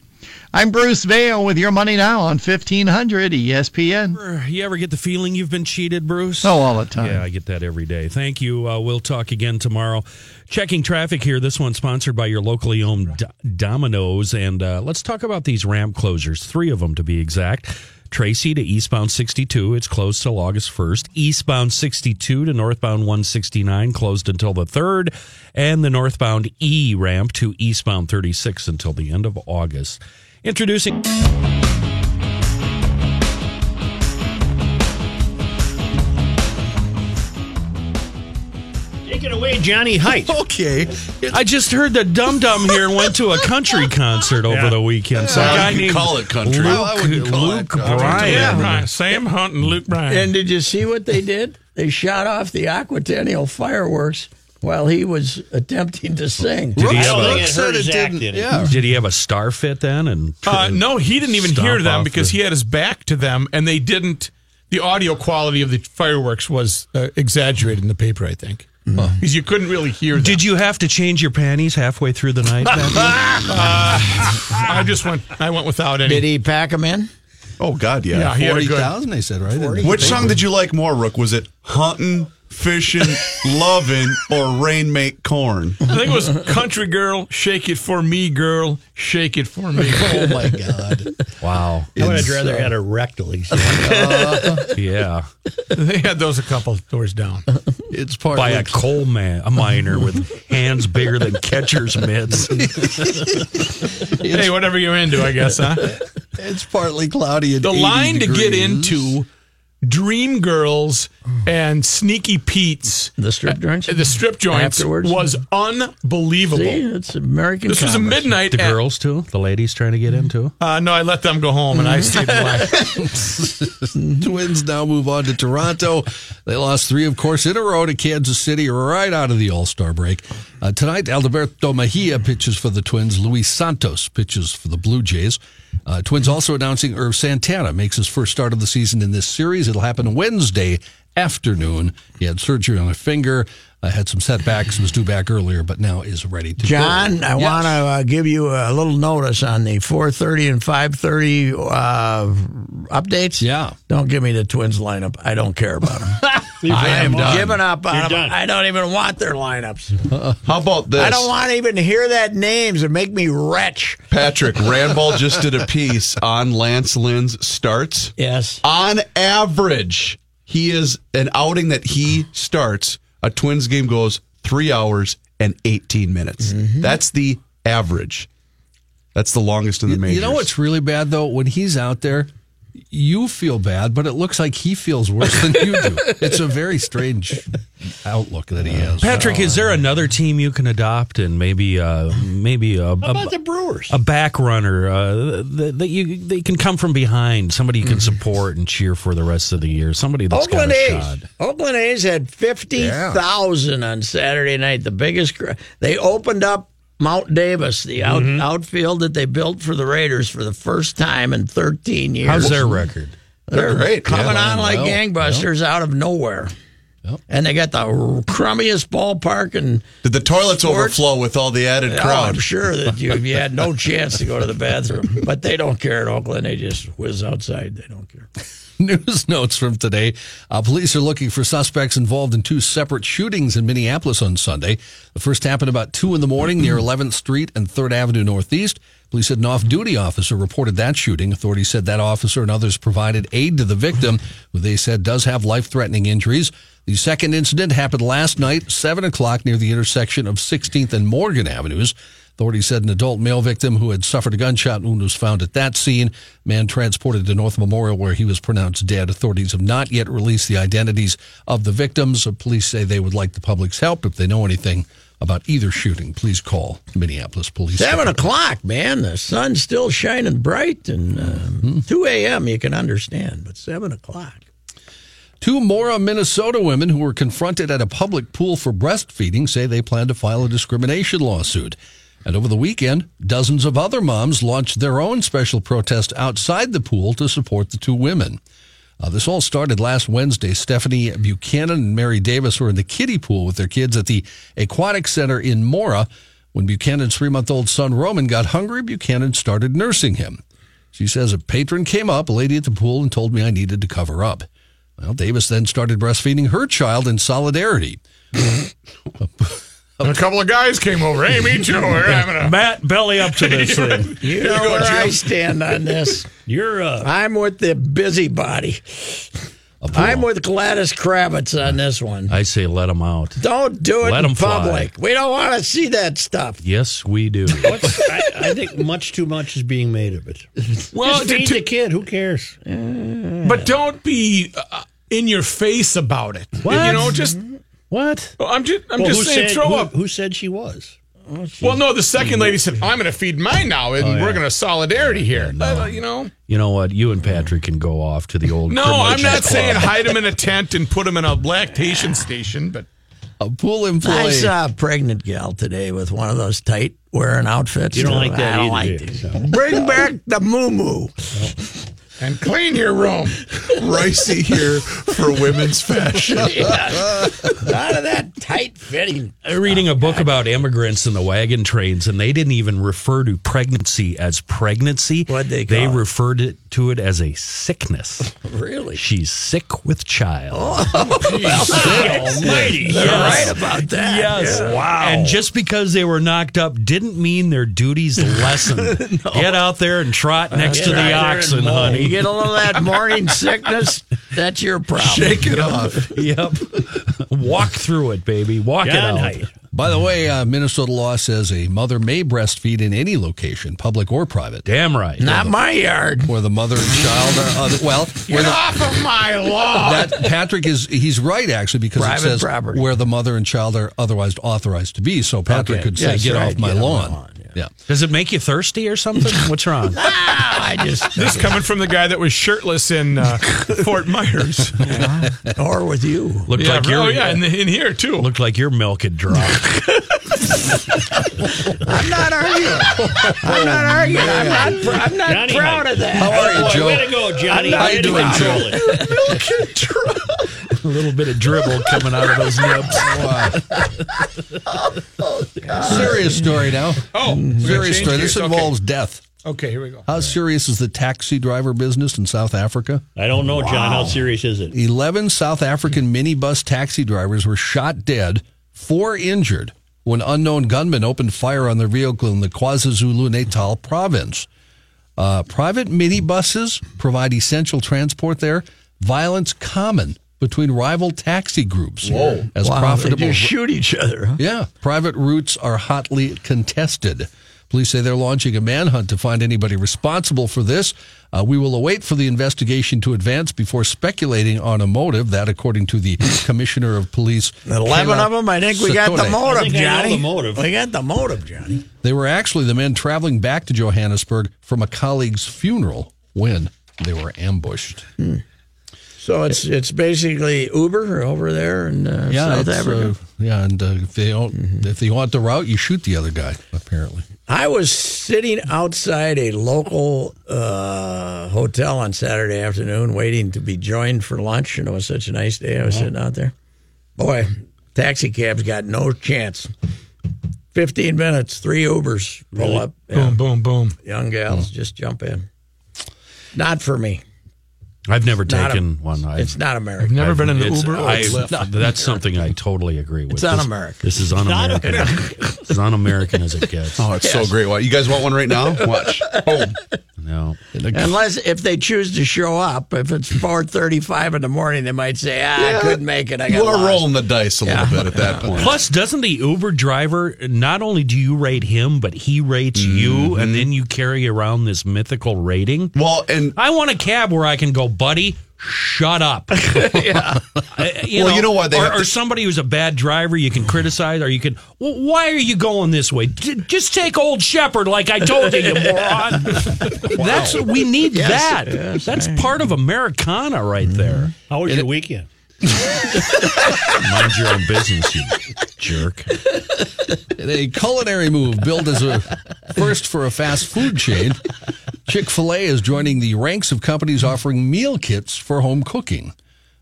Speaker 9: I'm Bruce Vail with your money now on E 1500 ESPN.
Speaker 8: You ever get the feeling you've been cheated, Bruce?
Speaker 9: Oh, all the time.
Speaker 8: Yeah, I get that every day. Thank you. Uh, we'll talk again tomorrow. Checking traffic here. This one sponsored by your locally owned Do- Domino's. And uh, let's talk about these ramp closures, three of them to be exact. Tracy to eastbound 62. It's closed till August 1st. Eastbound 62 to northbound 169 closed until the 3rd. And the northbound E ramp to eastbound 36 until the end of August. Introducing.
Speaker 3: Take it away, Johnny Height.
Speaker 6: Okay.
Speaker 8: I just heard the dum dum here and went to a country concert over
Speaker 3: Yeah.
Speaker 8: the weekend. So
Speaker 6: Yeah,
Speaker 8: I
Speaker 6: you
Speaker 8: named
Speaker 6: call it country.
Speaker 8: Luke,
Speaker 6: Well, I wouldn't call it
Speaker 8: Luke
Speaker 6: country.
Speaker 8: Bryan.
Speaker 5: Yeah, Brian. Sam Hunt and Luke Bryan.
Speaker 4: And did you see what they did? They shot off the Aquatennial fireworks while he was attempting to sing.
Speaker 8: Did he,
Speaker 3: I
Speaker 8: have
Speaker 3: don't
Speaker 8: a,
Speaker 3: think it hurt his act in it.
Speaker 6: Yeah.
Speaker 8: did he have a star fit then? And
Speaker 5: Uh, no, he didn't even
Speaker 8: Stomp
Speaker 5: hear them
Speaker 8: off
Speaker 5: because
Speaker 8: the-
Speaker 5: he had his back to them, and they didn't. The audio quality of the fireworks was uh, exaggerated in the paper, I think,
Speaker 4: Mm-hmm.
Speaker 5: because you couldn't really hear. Them.
Speaker 8: Did you have to change your panties halfway through the
Speaker 5: Uh,
Speaker 8: night? Matthew?
Speaker 5: I just went. I went without any.
Speaker 4: Did he pack them in?
Speaker 6: Oh God,
Speaker 5: Yeah,
Speaker 6: yeah.
Speaker 5: he had a good-
Speaker 6: they said, right? Which song did you like more, Rook? Was it hunting, fishing, loving, or rain make corn?
Speaker 5: I think it was "Country Girl," "Shake It for Me," "Girl," "Shake It for Me."
Speaker 6: Oh my God!
Speaker 8: wow.
Speaker 3: I would have rather
Speaker 6: uh,
Speaker 3: had a rectal. He said.
Speaker 8: Yeah.
Speaker 5: Uh, they had those a couple doors down.
Speaker 6: It's part
Speaker 8: By a coal man, a miner with hands bigger than catcher's mitts.
Speaker 5: hey, whatever you're into, I guess, huh?
Speaker 6: It's partly cloudy.
Speaker 5: The line to get into Dream Girls and Sneaky Pete's uh,
Speaker 4: The strip joints?
Speaker 5: the strip joints
Speaker 4: Afterwards?
Speaker 5: was unbelievable.
Speaker 4: See, it's American
Speaker 5: This was a
Speaker 4: commerce.
Speaker 5: midnight.
Speaker 8: The
Speaker 5: at-
Speaker 8: girls too? The ladies trying to get into?
Speaker 5: Uh, no, I let them go home, and I stayed alive.
Speaker 10: Twins now move on to Toronto. They lost three, of course, in a row to Kansas City right out of the All Star break. Uh, tonight, Alberto Mejia pitches for the Twins. Luis Santos pitches for the Blue Jays. Uh, Twins also announcing Irv Santana makes his first start of the season in this series. It'll happen Wednesday afternoon. He had surgery on a finger, uh, had some setbacks, was due back earlier, but now is ready to go.
Speaker 4: John, I want to uh, give you a little notice on the 4:30 and 5:30 uh, updates.
Speaker 10: Yeah.
Speaker 4: Don't give me the Twins lineup. I don't care about them. I am giving up on
Speaker 3: You're
Speaker 4: them.
Speaker 3: done.
Speaker 4: I don't even want their lineups.
Speaker 6: How about this?
Speaker 4: I don't want to even hear that names. It make me retch.
Speaker 6: Patrick Randball just did a piece on Lance Lynn's starts.
Speaker 4: Yes.
Speaker 6: On average, he is an outing that he starts. A Twins game goes three hours and eighteen minutes.
Speaker 4: Mm-hmm.
Speaker 6: That's the average. That's the longest in the majors.
Speaker 10: You know what's really bad though? When he's out there, you feel bad, but it looks like he feels worse than you do. It's a very strange outlook that he has.
Speaker 8: Patrick, is there another team you can adopt and maybe uh, maybe a,
Speaker 3: How about
Speaker 8: a,
Speaker 3: the Brewers?
Speaker 8: a back runner uh, that, that you they can come from behind, somebody you can
Speaker 3: Mm-hmm.
Speaker 8: support and cheer for the rest of the year, somebody that's got
Speaker 4: Oakland
Speaker 8: a
Speaker 4: A's.
Speaker 8: shot.
Speaker 4: Oakland A's had 50,000 on Saturday night, the biggest crowd. They opened up Mount Davis, the out,
Speaker 8: Mm-hmm.
Speaker 4: outfield that they built for the Raiders for the first time in 13 years.
Speaker 8: How's their record?
Speaker 4: They're
Speaker 6: great, yeah.
Speaker 4: coming
Speaker 10: Playing
Speaker 4: on like
Speaker 10: well.
Speaker 4: gangbusters out of nowhere. And they got the crummiest ballpark, and
Speaker 6: Did the toilets
Speaker 4: Sports?
Speaker 6: overflow with all the added
Speaker 4: oh,
Speaker 6: crowd?
Speaker 4: I'm sure that you, you had no chance to go to the bathroom. But they don't care in Oakland; they just whiz outside. They don't care.
Speaker 10: News notes from today. Uh, police are looking for suspects involved in two separate shootings in Minneapolis on Sunday. The first happened about 2 in the morning near 11th Street and 3rd Avenue Northeast. Police said an off duty officer reported that shooting. Authorities said that officer and others provided aid to the victim, who they said does have life threatening injuries. The second incident happened last night, 7 o'clock, near the intersection of 16th and Morgan Avenues. Authorities said an adult male victim who had suffered a gunshot wound was found at that scene. Man transported to North Memorial where he was pronounced dead. Authorities have not yet released the identities of the victims. Police say they would like the public's help if they know anything about either shooting. Please call Minneapolis Police.
Speaker 4: Seven o'clock, man. The sun's still shining bright, and uh,
Speaker 10: Hmm?
Speaker 4: two a.m. You can understand, but seven o'clock.
Speaker 10: Two Mora, Minnesota women who were confronted at a public pool for breastfeeding say they plan to file a discrimination lawsuit. And over the weekend, dozens of other moms launched their own special protest outside the pool to support the two women. Uh, this all started last Wednesday. Stephanie Buchanan and Mary Davis were in the kiddie pool with their kids at the Aquatic Center in Mora. When Buchanan's three month old son Roman got hungry, Buchanan started nursing him. She says, A patron came up, a lady at the pool, and told me I needed to cover up. Well, Davis then started breastfeeding her child in solidarity.
Speaker 11: And a couple of guys came over. Hey, me too. We're having a
Speaker 8: Matt, belly up to this thing.
Speaker 4: You know where I stand on this.
Speaker 8: You're uh,
Speaker 4: I'm with the busybody. I'm with Gladys Kravitz on this one.
Speaker 8: I say let them out.
Speaker 4: Don't do it
Speaker 8: Let
Speaker 4: in
Speaker 8: 'em fly.
Speaker 4: public. We don't want to see that stuff.
Speaker 8: Yes, we do.
Speaker 3: What's, I, I think much too much is being made of it.
Speaker 5: Well,
Speaker 3: Just
Speaker 5: to-
Speaker 3: feed
Speaker 5: to-
Speaker 3: the kid. Who cares?
Speaker 5: But don't be uh, in your face about it. You know, just
Speaker 8: What?
Speaker 5: well, I'm just I'm
Speaker 3: Well,
Speaker 5: just
Speaker 3: who
Speaker 5: saying
Speaker 3: said-
Speaker 5: throw
Speaker 3: who-
Speaker 5: up. Oh,
Speaker 3: Who said she was?
Speaker 5: Well, no, the second lady said, "I'm going to feed mine now, and we're going to solidarity here." Uh, you know,
Speaker 8: You know what? You and Patrick can go off to the old.
Speaker 5: no,
Speaker 8: criminal
Speaker 5: I'm not
Speaker 8: justice
Speaker 5: saying
Speaker 8: club.
Speaker 5: hide them in a tent and put them in a lactation station, but
Speaker 10: A pool employee.
Speaker 4: I saw a pregnant gal today with one of those tight wearing outfits.
Speaker 3: You don't like that
Speaker 4: I don't
Speaker 3: either,
Speaker 4: like
Speaker 3: do you?
Speaker 4: these. Bring back the moo moo.
Speaker 5: and clean your room.
Speaker 6: Ricey here for women's fashion.
Speaker 4: Out of that tight fitting.
Speaker 8: I'm reading a book about immigrants and the wagon trains, and they didn't even refer to pregnancy as pregnancy.
Speaker 4: What'd they
Speaker 8: they
Speaker 4: call it?
Speaker 8: referred it, to it as a sickness.
Speaker 4: Really?
Speaker 8: She's sick with child.
Speaker 4: Almighty. You're
Speaker 8: Yes.
Speaker 4: right about that.
Speaker 8: Yes. Wow. And just because they were knocked up didn't mean their duties lessened. Get out there and trot next to the oxen,
Speaker 4: You
Speaker 8: honey.
Speaker 4: get a little of that morning sickness, that's your problem.
Speaker 6: Shake it off.
Speaker 8: Yep. Walk through it, baby. Walk it out.
Speaker 3: God, I-
Speaker 10: By the way, uh, Minnesota law says a mother may breastfeed in any location, public or private,
Speaker 8: Damn right.
Speaker 4: Not my yard.
Speaker 10: where the mother and child are. Other, well, where
Speaker 5: Get
Speaker 10: the,
Speaker 5: off of my lawn.
Speaker 10: that Patrick is he's right actually because
Speaker 4: Private
Speaker 10: it says
Speaker 4: property.
Speaker 10: where the mother and child are otherwise authorized to be. So Patrick
Speaker 8: Okay.
Speaker 10: could say,
Speaker 4: Yes,
Speaker 10: "Get
Speaker 4: right,
Speaker 10: off my
Speaker 4: get off my
Speaker 10: lawn."
Speaker 4: lawn, yeah.
Speaker 10: yeah.
Speaker 8: Does it make you thirsty or something? What's wrong?
Speaker 4: Ah, I just
Speaker 5: This coming from the guy that was shirtless in uh, Fort Myers.
Speaker 4: or with you.
Speaker 8: Looked
Speaker 5: yeah,
Speaker 8: like
Speaker 5: oh
Speaker 8: you're
Speaker 5: yeah, in, the, in here too.
Speaker 8: looked like your milk had dropped.
Speaker 4: I'm not arguing. I'm not arguing. I'm not, pr- I'm not
Speaker 3: Johnny
Speaker 4: proud
Speaker 3: Hyde.
Speaker 4: of that.
Speaker 10: How are you, Joe?
Speaker 3: Way to go, Johnny.
Speaker 10: How
Speaker 3: Way
Speaker 10: you
Speaker 3: to
Speaker 10: doing,
Speaker 3: control
Speaker 10: Joe?
Speaker 3: it.
Speaker 8: a little bit of dribble coming out of those nips.
Speaker 10: serious story now.
Speaker 5: Oh, we're gonna
Speaker 10: serious
Speaker 5: change
Speaker 10: story. This
Speaker 5: gears. Okay.
Speaker 10: involves death.
Speaker 5: Okay, here we go.
Speaker 10: How serious is the taxi driver business in South Africa?
Speaker 3: I don't know, John. How serious is it?
Speaker 10: 11 South African minibus taxi drivers were shot dead, four injured, when unknown gunmen opened fire on their vehicle in the KwaZulu Natal province. Uh, private minibuses provide essential transport there. Violence common between rival taxi groups. Whoa. As
Speaker 4: They
Speaker 10: profitable.
Speaker 4: just shoot each other. huh?
Speaker 10: Yeah, private routes are hotly contested. Police say they're launching a manhunt to find anybody responsible for this. Uh, we will await for the investigation to advance before speculating on a motive. That, according to the commissioner of police,
Speaker 4: Eleven
Speaker 10: Kayla
Speaker 4: of them. I think we got the
Speaker 10: Sitole.
Speaker 4: motive,
Speaker 3: I think I know
Speaker 4: Johnny.
Speaker 3: the motive.
Speaker 4: We got the motive, Johnny.
Speaker 10: They were actually the men traveling back to Johannesburg from a colleague's funeral when they were ambushed.
Speaker 4: Hmm. So it's it's basically Uber over there in uh, South
Speaker 10: it's,
Speaker 4: Africa.
Speaker 10: uh, yeah, and uh, if they don't,
Speaker 4: Mm-hmm.
Speaker 10: if they want the route, you shoot the other guy. Apparently,
Speaker 4: I was sitting outside a local uh, hotel on Saturday afternoon, waiting to be joined for lunch, and it was such a nice day. I was sitting out there. Boy, taxi cabs got no chance. Fifteen minutes, three Ubers roll up. Yeah. Oh.
Speaker 5: Boom, boom, boom.
Speaker 4: Young gals just jump in. Not for me.
Speaker 8: I've never
Speaker 4: Not a-
Speaker 8: taken one. I've,
Speaker 4: it's not American.
Speaker 8: I've
Speaker 4: I've never been in an
Speaker 8: it's-
Speaker 4: Uber or
Speaker 8: I-
Speaker 4: Lyft.
Speaker 8: That's something I totally agree with.
Speaker 4: It's
Speaker 8: This-
Speaker 4: un-American.
Speaker 8: This is un-American. It's as un-American as it gets.
Speaker 6: Oh, it's so great. Why- You guys want one right now? Watch. Oh. Boom.
Speaker 8: No.
Speaker 4: Unless if they choose to show up, if it's four thirty-five in the morning, they might say, "Ah, I couldn't make it. I got
Speaker 6: You are
Speaker 4: lost."
Speaker 6: rolling the dice a little bit at that point.
Speaker 8: Plus, doesn't the Uber driver not only do you rate him, but he rates you, and then you carry around this mythical rating?
Speaker 6: Mm-hmm. Well, and
Speaker 8: I want a cab where I can go, buddy. Shut up. I-
Speaker 6: Well, you know why they
Speaker 8: or,
Speaker 6: have
Speaker 8: or
Speaker 6: to-
Speaker 8: somebody who's a bad driver, you can criticize, or you can. Well, why are you going this way? J- just take Old Shepherd, like I told you, you moron. That's we need that. That's part of Americana, right there.
Speaker 3: How was your weekend?
Speaker 8: Mind your own business, you jerk.
Speaker 10: In a culinary move billed as a first for a fast food chain, Chick fil A is joining the ranks of companies offering meal kits for home cooking.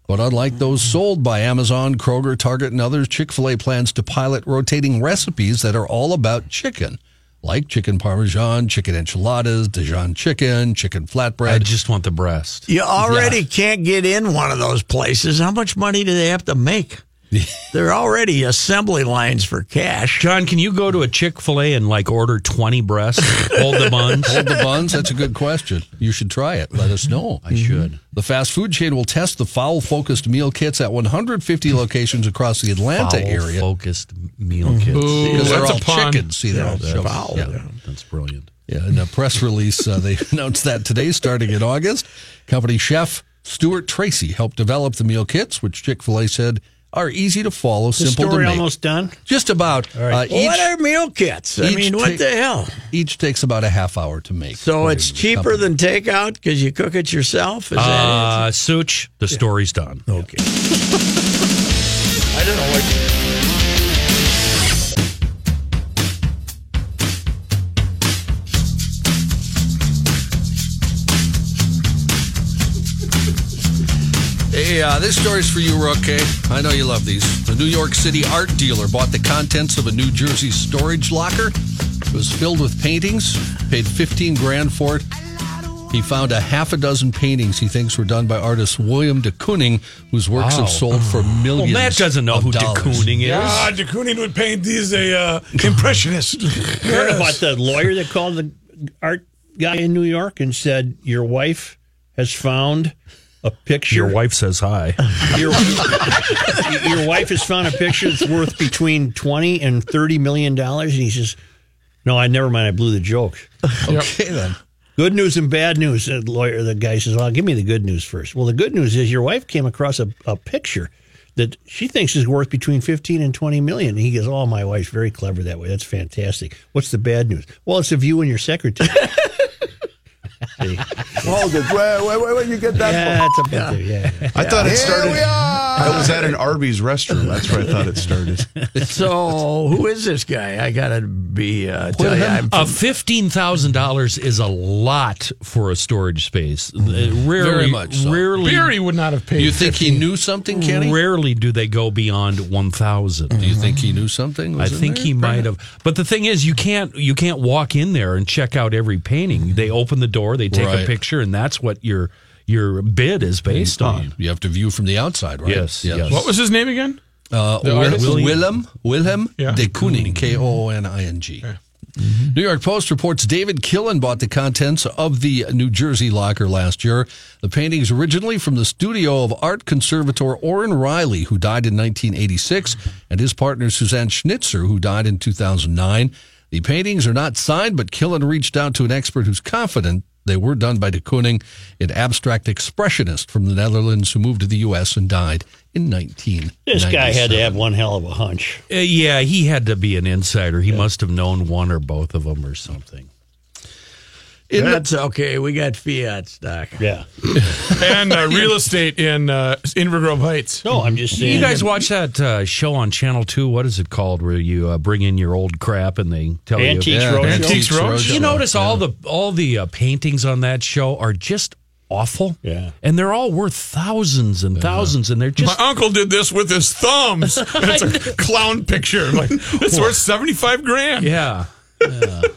Speaker 10: But unlike those sold by Amazon, Kroger, Target, and others, Chick fil A plans to pilot rotating recipes that are all about chicken, like chicken parmesan, chicken enchiladas, Dijon chicken, chicken
Speaker 8: I
Speaker 10: flatbread.
Speaker 8: just want the breast.
Speaker 4: You already can't get in one of those places. How much money do they have to make? They're already assembly lines for cash.
Speaker 8: John, can you go to a Chick Fil A and like order twenty breasts, hold the buns?
Speaker 10: Hold the buns? That's a good question. You should try it. Let us know. I should. The fast food chain will test the fowl focused meal kits at 150 locations across the Atlanta area.
Speaker 8: focused meal kits.
Speaker 10: Because they're
Speaker 5: That's a
Speaker 10: all
Speaker 5: pun.
Speaker 10: chickens. See, they're all fowl. Yeah.
Speaker 8: That's brilliant.
Speaker 10: Yeah, in a press release, uh, they announced that today, starting in August, company chef Stuart Tracy helped develop the meal kits, which Chick fil A said are easy to follow,
Speaker 3: The
Speaker 10: simple to
Speaker 3: story
Speaker 10: make.
Speaker 3: almost done.
Speaker 10: Just about. Uh, each,
Speaker 4: what are meal kits? I
Speaker 10: each
Speaker 4: mean, what
Speaker 10: ta-
Speaker 4: the hell?
Speaker 10: each takes about a half hour to make.
Speaker 4: So
Speaker 10: according
Speaker 4: it's
Speaker 10: to the
Speaker 4: cheaper
Speaker 10: company.
Speaker 4: than takeout because you cook it yourself. Is that
Speaker 8: Uh, Such, the story's done.
Speaker 4: it? Okay. I don't know what.
Speaker 10: Hey, uh, this story's for you, Rookie. I know you love these. A New York City art dealer bought the contents of a New Jersey storage locker. It was filled with paintings, paid 15 grand for it. He found a half a dozen paintings he thinks were done by artist William de Kooning, whose works
Speaker 8: Wow. Oh,
Speaker 10: have sold for
Speaker 8: Well,
Speaker 10: millions.
Speaker 8: Matt doesn't know
Speaker 10: of
Speaker 8: who de
Speaker 10: dollars.
Speaker 8: Kooning is.
Speaker 11: Ah, de Kooning would paint these a uh, impressionist.
Speaker 3: Heard about the lawyer that called the art guy in New York and said your wife has found a picture.
Speaker 8: Your wife says hi.
Speaker 3: Your, your wife has found a picture that's worth between twenty and thirty million dollars, and he says, "No, I never mind. I blew the joke."
Speaker 10: Okay, then.
Speaker 3: Good news and bad news. The lawyer, the guy says, "Well, give me the good news first. Well, the good news is your wife came across a, a picture that she thinks is worth between fifteen and twenty million. And he goes, "Oh, my wife's very clever that way. That's fantastic. What's the bad news? Well, it's of you and your secretary.
Speaker 12: Hold it. Where, where, where, where you get that
Speaker 3: yeah, it's a yeah. yeah, yeah.
Speaker 6: I thought it
Speaker 12: from?
Speaker 6: started.
Speaker 12: Here we are.
Speaker 6: I was at an Arby's restroom. That's where I thought it started.
Speaker 4: So who is this guy? I gotta be uh, tell you, I'm
Speaker 8: Uh, fifteen thousand dollars is a lot for a storage space. Uh, Rarely,
Speaker 10: Very much so.
Speaker 8: rarely,
Speaker 5: Barry would not have paid.
Speaker 10: You think he knew something, Kenny?
Speaker 8: rarely do they go beyond one thousand.
Speaker 10: Do you think he knew something?
Speaker 8: I
Speaker 10: was in
Speaker 8: think
Speaker 10: there?
Speaker 8: he might have. But the thing is, you can't you can't walk in there and check out every painting. They open the door, they take a
Speaker 10: Right.
Speaker 8: picture, and that's what your your bid is based on.
Speaker 10: You have to view from the outside, right?
Speaker 8: Yes, yes.
Speaker 5: What was his name again?
Speaker 10: Uh,
Speaker 5: The
Speaker 10: Wil-
Speaker 5: artist?
Speaker 10: Willem Willem
Speaker 5: Yeah.
Speaker 10: de Kooning, K O O N I N G.
Speaker 3: Mm-hmm.
Speaker 10: New York Post reports David Killen bought the contents of the New Jersey locker last year. The paintings originally from the studio of art conservator Orrin Riley, who died in 1986, and his partner Suzanne Schnitzer, who died in 2009. The paintings are not signed, but Killen reached out to an expert who's confident they were done by de Kooning, an abstract expressionist from the Netherlands who moved to the U.S. and died in 19.
Speaker 3: This guy had to have one hell of a hunch.
Speaker 8: Uh, yeah, he had to be an insider. He must have known one or both of them or something.
Speaker 10: In the-
Speaker 4: That's okay. We got fiat stock.
Speaker 3: Yeah.
Speaker 5: And uh, real estate in uh, Invergrove Heights.
Speaker 3: No, I'm just saying.
Speaker 8: You guys watch that uh, show on Channel Two? What is it called? Where you uh, bring in your old crap and they tell you.
Speaker 3: Antiques
Speaker 10: Yeah,
Speaker 3: Roadshow.
Speaker 5: Antiques Roadshow.
Speaker 8: You notice all the all the uh, paintings on that show are just awful.
Speaker 3: Yeah.
Speaker 8: and they're all worth thousands and thousands, and they're just
Speaker 5: My uncle did this with his thumbs. It's a clown picture. I'm like, it's worth 75 grand.
Speaker 8: yeah.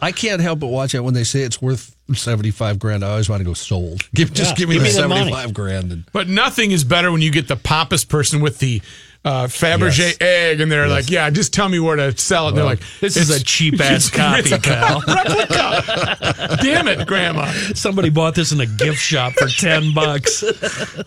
Speaker 10: I can't help but watch that when they say it's worth seventy five grand. I always want to go sold. Give, just
Speaker 5: Yeah,
Speaker 10: give me
Speaker 5: give
Speaker 10: the
Speaker 5: me the money.
Speaker 10: seventy five grand. And,
Speaker 5: But nothing is better when you get the pompous person with the uh, Fabergé
Speaker 10: Yes.
Speaker 5: egg, and they're like, "Yeah, just tell me where to sell it." And they're
Speaker 8: Well,
Speaker 5: like,
Speaker 8: this is
Speaker 5: "It's-
Speaker 8: a cheap-ass
Speaker 5: it's-
Speaker 8: copy,
Speaker 5: it's a
Speaker 8: pal."
Speaker 5: replica. Damn it, Grandma!
Speaker 8: Somebody bought this in a gift shop for 10 bucks.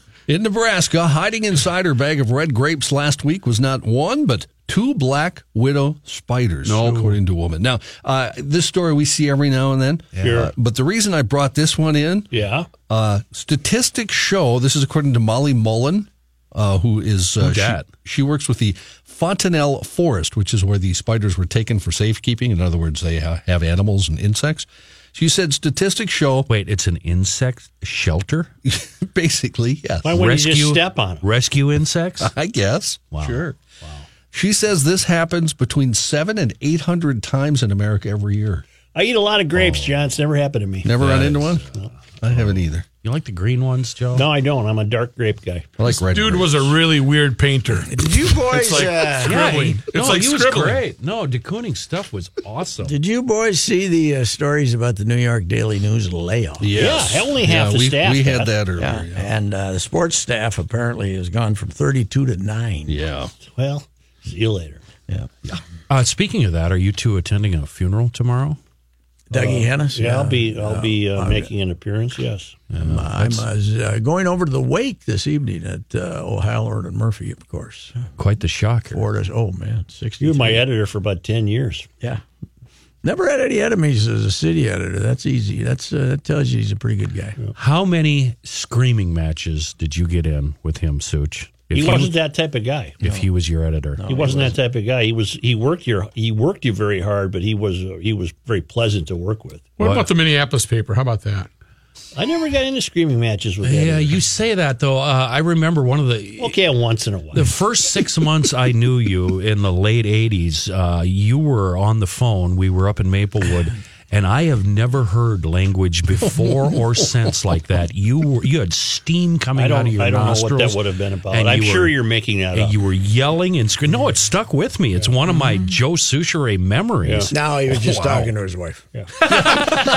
Speaker 10: In Nebraska, hiding inside her bag of red grapes last week was not one, but two black widow spiders, no. according to a woman. Now, uh, this story we see every now and then.
Speaker 8: Sure.
Speaker 10: Uh, but the reason I brought this one in,
Speaker 8: Yeah.
Speaker 10: uh, statistics show this is according to Molly Mullen, uh, who is uh,
Speaker 8: Who
Speaker 10: she-
Speaker 8: dat?
Speaker 10: She, works with the Fontanelle Forest, which is where these spiders were taken for safekeeping. In other words, they ha- have animals and insects. She said statistics show.
Speaker 8: Wait, it's an insect shelter?
Speaker 10: Basically, yes.
Speaker 3: Why wouldn't you just step on 'em?
Speaker 8: Rescue insects?
Speaker 10: I guess.
Speaker 8: Wow.
Speaker 10: Sure. Wow. She says this happens between seven and eight hundred times in America every year.
Speaker 3: I eat a lot of grapes, John. It's never happened to me.
Speaker 10: Never run into one. I haven't either.
Speaker 8: You like the green ones, Joe?
Speaker 3: No, I don't. I'm a dark grape guy.
Speaker 10: I like red.
Speaker 5: Dude was a really weird painter.
Speaker 11: Did you boys?
Speaker 5: It's like
Speaker 11: uh,
Speaker 5: scribbling.
Speaker 8: he-
Speaker 5: it's
Speaker 8: no,
Speaker 5: like
Speaker 8: he was
Speaker 5: scribbling.
Speaker 8: great. No, de Kooning's stuff was awesome.
Speaker 4: Did you boys see the uh, stories about the New York Daily News layoff?
Speaker 3: Yeah, only half the
Speaker 10: we,
Speaker 3: staff
Speaker 10: We
Speaker 3: got-
Speaker 10: had that earlier. Yeah.
Speaker 4: And uh, the sports staff apparently has gone from 32 to 9.
Speaker 10: Yeah.
Speaker 3: Well, see you later.
Speaker 4: Yeah.
Speaker 8: Uh, speaking of that, are you two attending a funeral tomorrow? Uh,
Speaker 4: Dougie Hennis?
Speaker 3: Uh, Yeah, I'll be I'll be uh, making an appearance. Yes.
Speaker 4: I'm, I'm, uh, uh, going over to the wake this evening at uh, O'Halloran and Murphy, of course.
Speaker 8: Quite the shocker.
Speaker 4: Or does, oh, man, 60.
Speaker 3: You were my editor for about 10 years.
Speaker 4: Yeah. Never had any enemies as a city editor. That's easy. That's uh, That tells you he's a pretty good guy.
Speaker 8: How many screaming matches did you get in with him, Such? If
Speaker 3: he wasn't that type of guy.
Speaker 8: If he was your editor,
Speaker 3: he wasn't that type of guy. He was he worked your he worked you very hard, but he was uh, he was very pleasant to work with.
Speaker 5: What, about the Minneapolis paper? How about that?
Speaker 3: I never got into screaming matches with
Speaker 8: Yeah,
Speaker 3: him.
Speaker 8: you say that though. Uh, I remember one of the
Speaker 3: okay, once in a while.
Speaker 8: the first six months I knew you in the late '80s. Uh, you were on the phone. We were up in Maplewood, and I have never heard language before or since like that. You were you had steam coming
Speaker 3: I
Speaker 8: out of
Speaker 3: don't
Speaker 8: your
Speaker 3: I don't
Speaker 8: nostrils.
Speaker 3: know what that would have been about.
Speaker 8: and
Speaker 3: I'm
Speaker 8: you
Speaker 3: sure
Speaker 8: were-
Speaker 3: you're making that
Speaker 8: And
Speaker 3: up.
Speaker 8: you were yelling and screaming. No, it stuck with me. It's one of my Joe Souchere memories.
Speaker 4: Now he was just talking to his wife.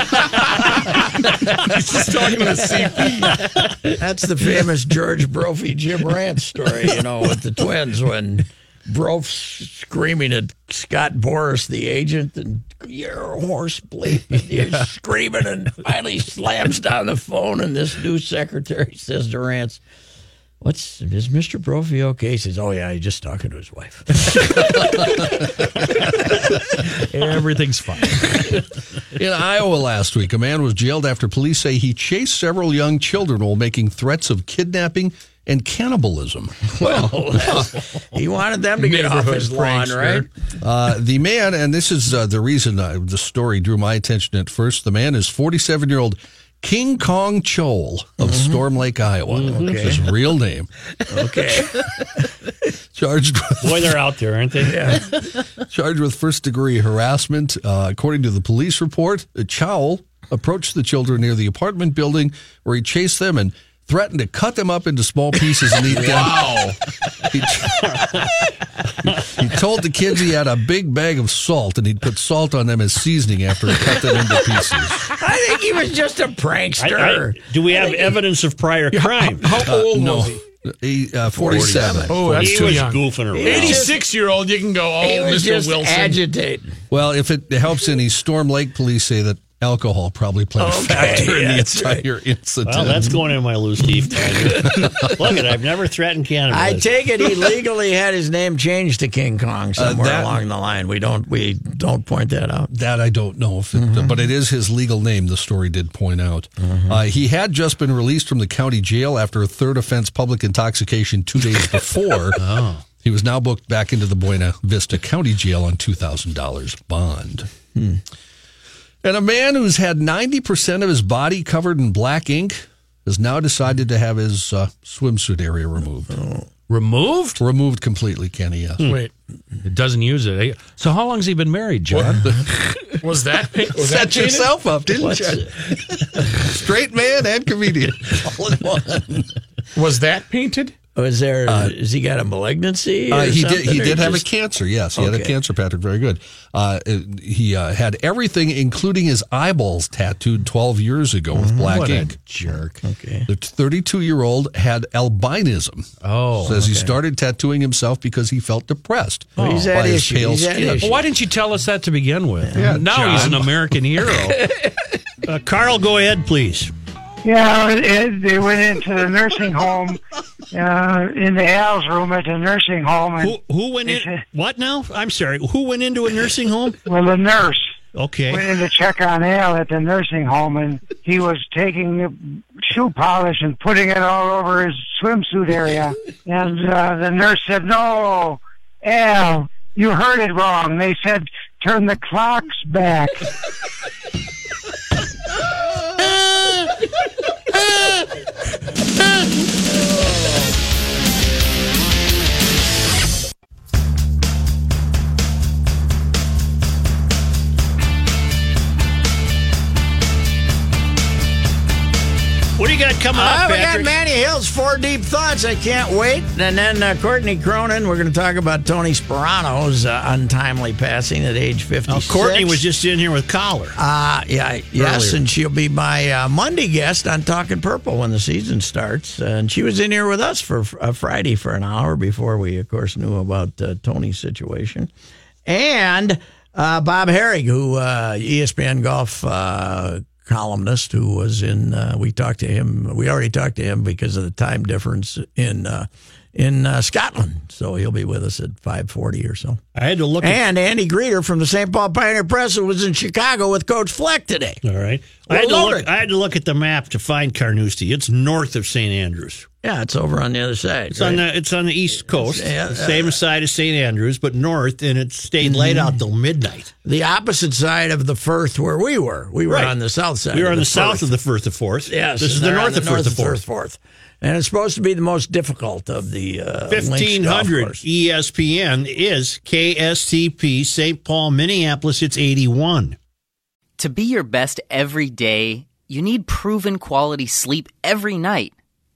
Speaker 5: He's just talking to the CP.
Speaker 4: That's the famous George Brophy Jim Rance story, you know, with the twins when Broph screaming at Scott Boris, the agent, and you're a horse bleep, and you're screaming, and finally slams down the phone, and this new secretary says to Rance, What's is Mr. Brophy okay? He says, Oh yeah, he's just talking to his wife.
Speaker 8: Everything's fine.
Speaker 10: In Iowa last week, a man was jailed after police say he chased several young children while making threats of kidnapping and cannibalism.
Speaker 4: well, he wanted them to get off
Speaker 5: Neighborhood
Speaker 4: his lawn,
Speaker 5: prankster.
Speaker 4: right?
Speaker 10: Uh, the man, and this is uh, the reason uh, the story drew my attention at first. The man is 47 year old King Kong Chol of
Speaker 4: Mm-hmm.
Speaker 10: Storm Lake, Iowa. That's his real name.
Speaker 4: Okay.
Speaker 10: Charged with,
Speaker 3: Boy, they're out there, aren't they? Yeah.
Speaker 10: charged with first degree harassment. Uh, according to the police report, uh, Chowell approached the children near the apartment building where he chased them and threatened to cut them up into small pieces and eat them. Wow. He, he told the kids he had a big bag of salt and he'd put salt on them as seasoning after he cut them into pieces.
Speaker 4: I think he was just a
Speaker 3: I-
Speaker 4: prankster.
Speaker 3: I- do we have evidence of prior crime?
Speaker 4: Uh,
Speaker 5: How old
Speaker 10: Uh, no.
Speaker 5: was he?
Speaker 10: He, uh, 47.
Speaker 5: Oh, that's
Speaker 3: he
Speaker 5: too
Speaker 3: was
Speaker 5: young.
Speaker 3: goofing around.
Speaker 5: 86 year old, you can go, oh,
Speaker 4: he was
Speaker 5: Mr.
Speaker 4: just
Speaker 5: Wilson.
Speaker 4: agitating.
Speaker 10: Well, if it helps any, Storm Lake police say that alcohol probably played a factor in the entire incident.
Speaker 3: Well, that's going in my loose leaf. Look at I've never threatened
Speaker 4: I
Speaker 3: cannibalism.
Speaker 4: take it he legally had his name changed to King Kong somewhere
Speaker 10: Uh, that-
Speaker 4: along the line. We don't we don't point that out.
Speaker 10: That I don't know, if it, but it is his legal name. The story did point out uh, he had just been released from the county jail after a third offense, public intoxication, two days before. He was now booked back into the Buena Vista County Jail on two thousand dollars bond. And a man who's had ninety percent of his body covered in black ink has now decided to have his uh, swimsuit area removed.
Speaker 8: Removed? Hmm.
Speaker 10: Removed completely, Kenny. Yes.
Speaker 5: Wait,
Speaker 8: It doesn't use it. So how long's he been married, John?
Speaker 5: was that? Was that
Speaker 10: Set
Speaker 5: painted?
Speaker 10: yourself up, didn't you? Straight man and comedian all in one.
Speaker 5: Was that painted?
Speaker 4: Was there? has he got a malignancy?
Speaker 10: Uh,
Speaker 4: or
Speaker 10: he did. He
Speaker 4: something, or
Speaker 10: did have a
Speaker 4: just-
Speaker 10: cancer. Yes, he had a
Speaker 4: Okay.
Speaker 10: cancer. Patrick, very good. Uh, it- he uh, had everything, including his eyeballs, tattooed 12 years ago with black
Speaker 4: Mm-hmm. What a
Speaker 10: ink. jerk.
Speaker 4: Okay.
Speaker 10: The 32 year old had albinism. Oh, says he
Speaker 8: okay.
Speaker 10: started tattooing himself because he felt depressed
Speaker 4: Oh.
Speaker 8: Oh,
Speaker 10: by his pale skin.
Speaker 8: Well, Why didn't you tell us that to begin with?
Speaker 10: Yeah,
Speaker 8: now he's an
Speaker 10: John.
Speaker 8: American hero. uh, Carl, go ahead, please.
Speaker 13: Yeah, it, it, they went into the nursing home, uh, in the Al's room at the nursing home. And
Speaker 8: Who, who went in? What now? I'm sorry. Who went into a nursing home?
Speaker 13: well, the nurse
Speaker 8: Okay.
Speaker 13: went in to check on Al at the nursing home, and he was taking the shoe polish and putting it all over his swimsuit area. And uh, the nurse said, "No, Al, you heard it wrong. They said turn the clocks back." 아.
Speaker 8: What do you got coming
Speaker 4: oh,
Speaker 8: up,
Speaker 4: we
Speaker 8: Patrick?
Speaker 4: got Manny Hill's Four Deep Thoughts. I can't wait. And then uh, Courtney Cronin. We're going to talk about Tony Sperano's uh, untimely passing at age 56.
Speaker 8: Courtney was just in here with Collar.
Speaker 4: Uh, yeah, yes,
Speaker 8: Earlier.
Speaker 4: and she'll be my uh, Monday guest on Talking Purple when the season starts. And she was in here with us for uh, Friday for an hour before we, of course, knew about uh, Tony's situation. And uh, Bob Herrig, who uh, ESPN golf uh, columnist, who was in, uh, we talked to him. We already talked to him because of the time difference in uh, in uh, Scotland. So he'll be with us at five forty or so.
Speaker 8: I had to look. at-
Speaker 4: And Andy Greeter from the St. Paul Pioneer Press who was in Chicago with Coach Fleck today.
Speaker 8: All right. I
Speaker 4: We're
Speaker 8: had, to
Speaker 4: loaded.
Speaker 8: look, I had to look at the map to find Carnoustie. It's north of St. Andrews.
Speaker 4: Yeah, it's over on the other side.
Speaker 8: It's on the it's on the east coast,
Speaker 4: Yeah, Mm-hmm.
Speaker 8: the same side as St. Andrews, but north, and it stayed late out till midnight.
Speaker 4: the opposite side of the Firth where we were. We were
Speaker 8: Right.
Speaker 4: on the south side.
Speaker 8: We were
Speaker 4: of
Speaker 8: on the, south
Speaker 4: Firth.
Speaker 8: of the Firth of Forth.
Speaker 4: Yes,
Speaker 8: this is
Speaker 4: and
Speaker 8: the
Speaker 4: they're on
Speaker 8: north of Firth of
Speaker 4: north
Speaker 8: Forth.
Speaker 4: of Firth. And it's supposed to be the most difficult of the uh, links golf
Speaker 8: 1500
Speaker 4: course.
Speaker 8: ESPN is KSTP St. Paul, Minneapolis. It's 81.
Speaker 14: To be your best every day, you need proven quality sleep every night.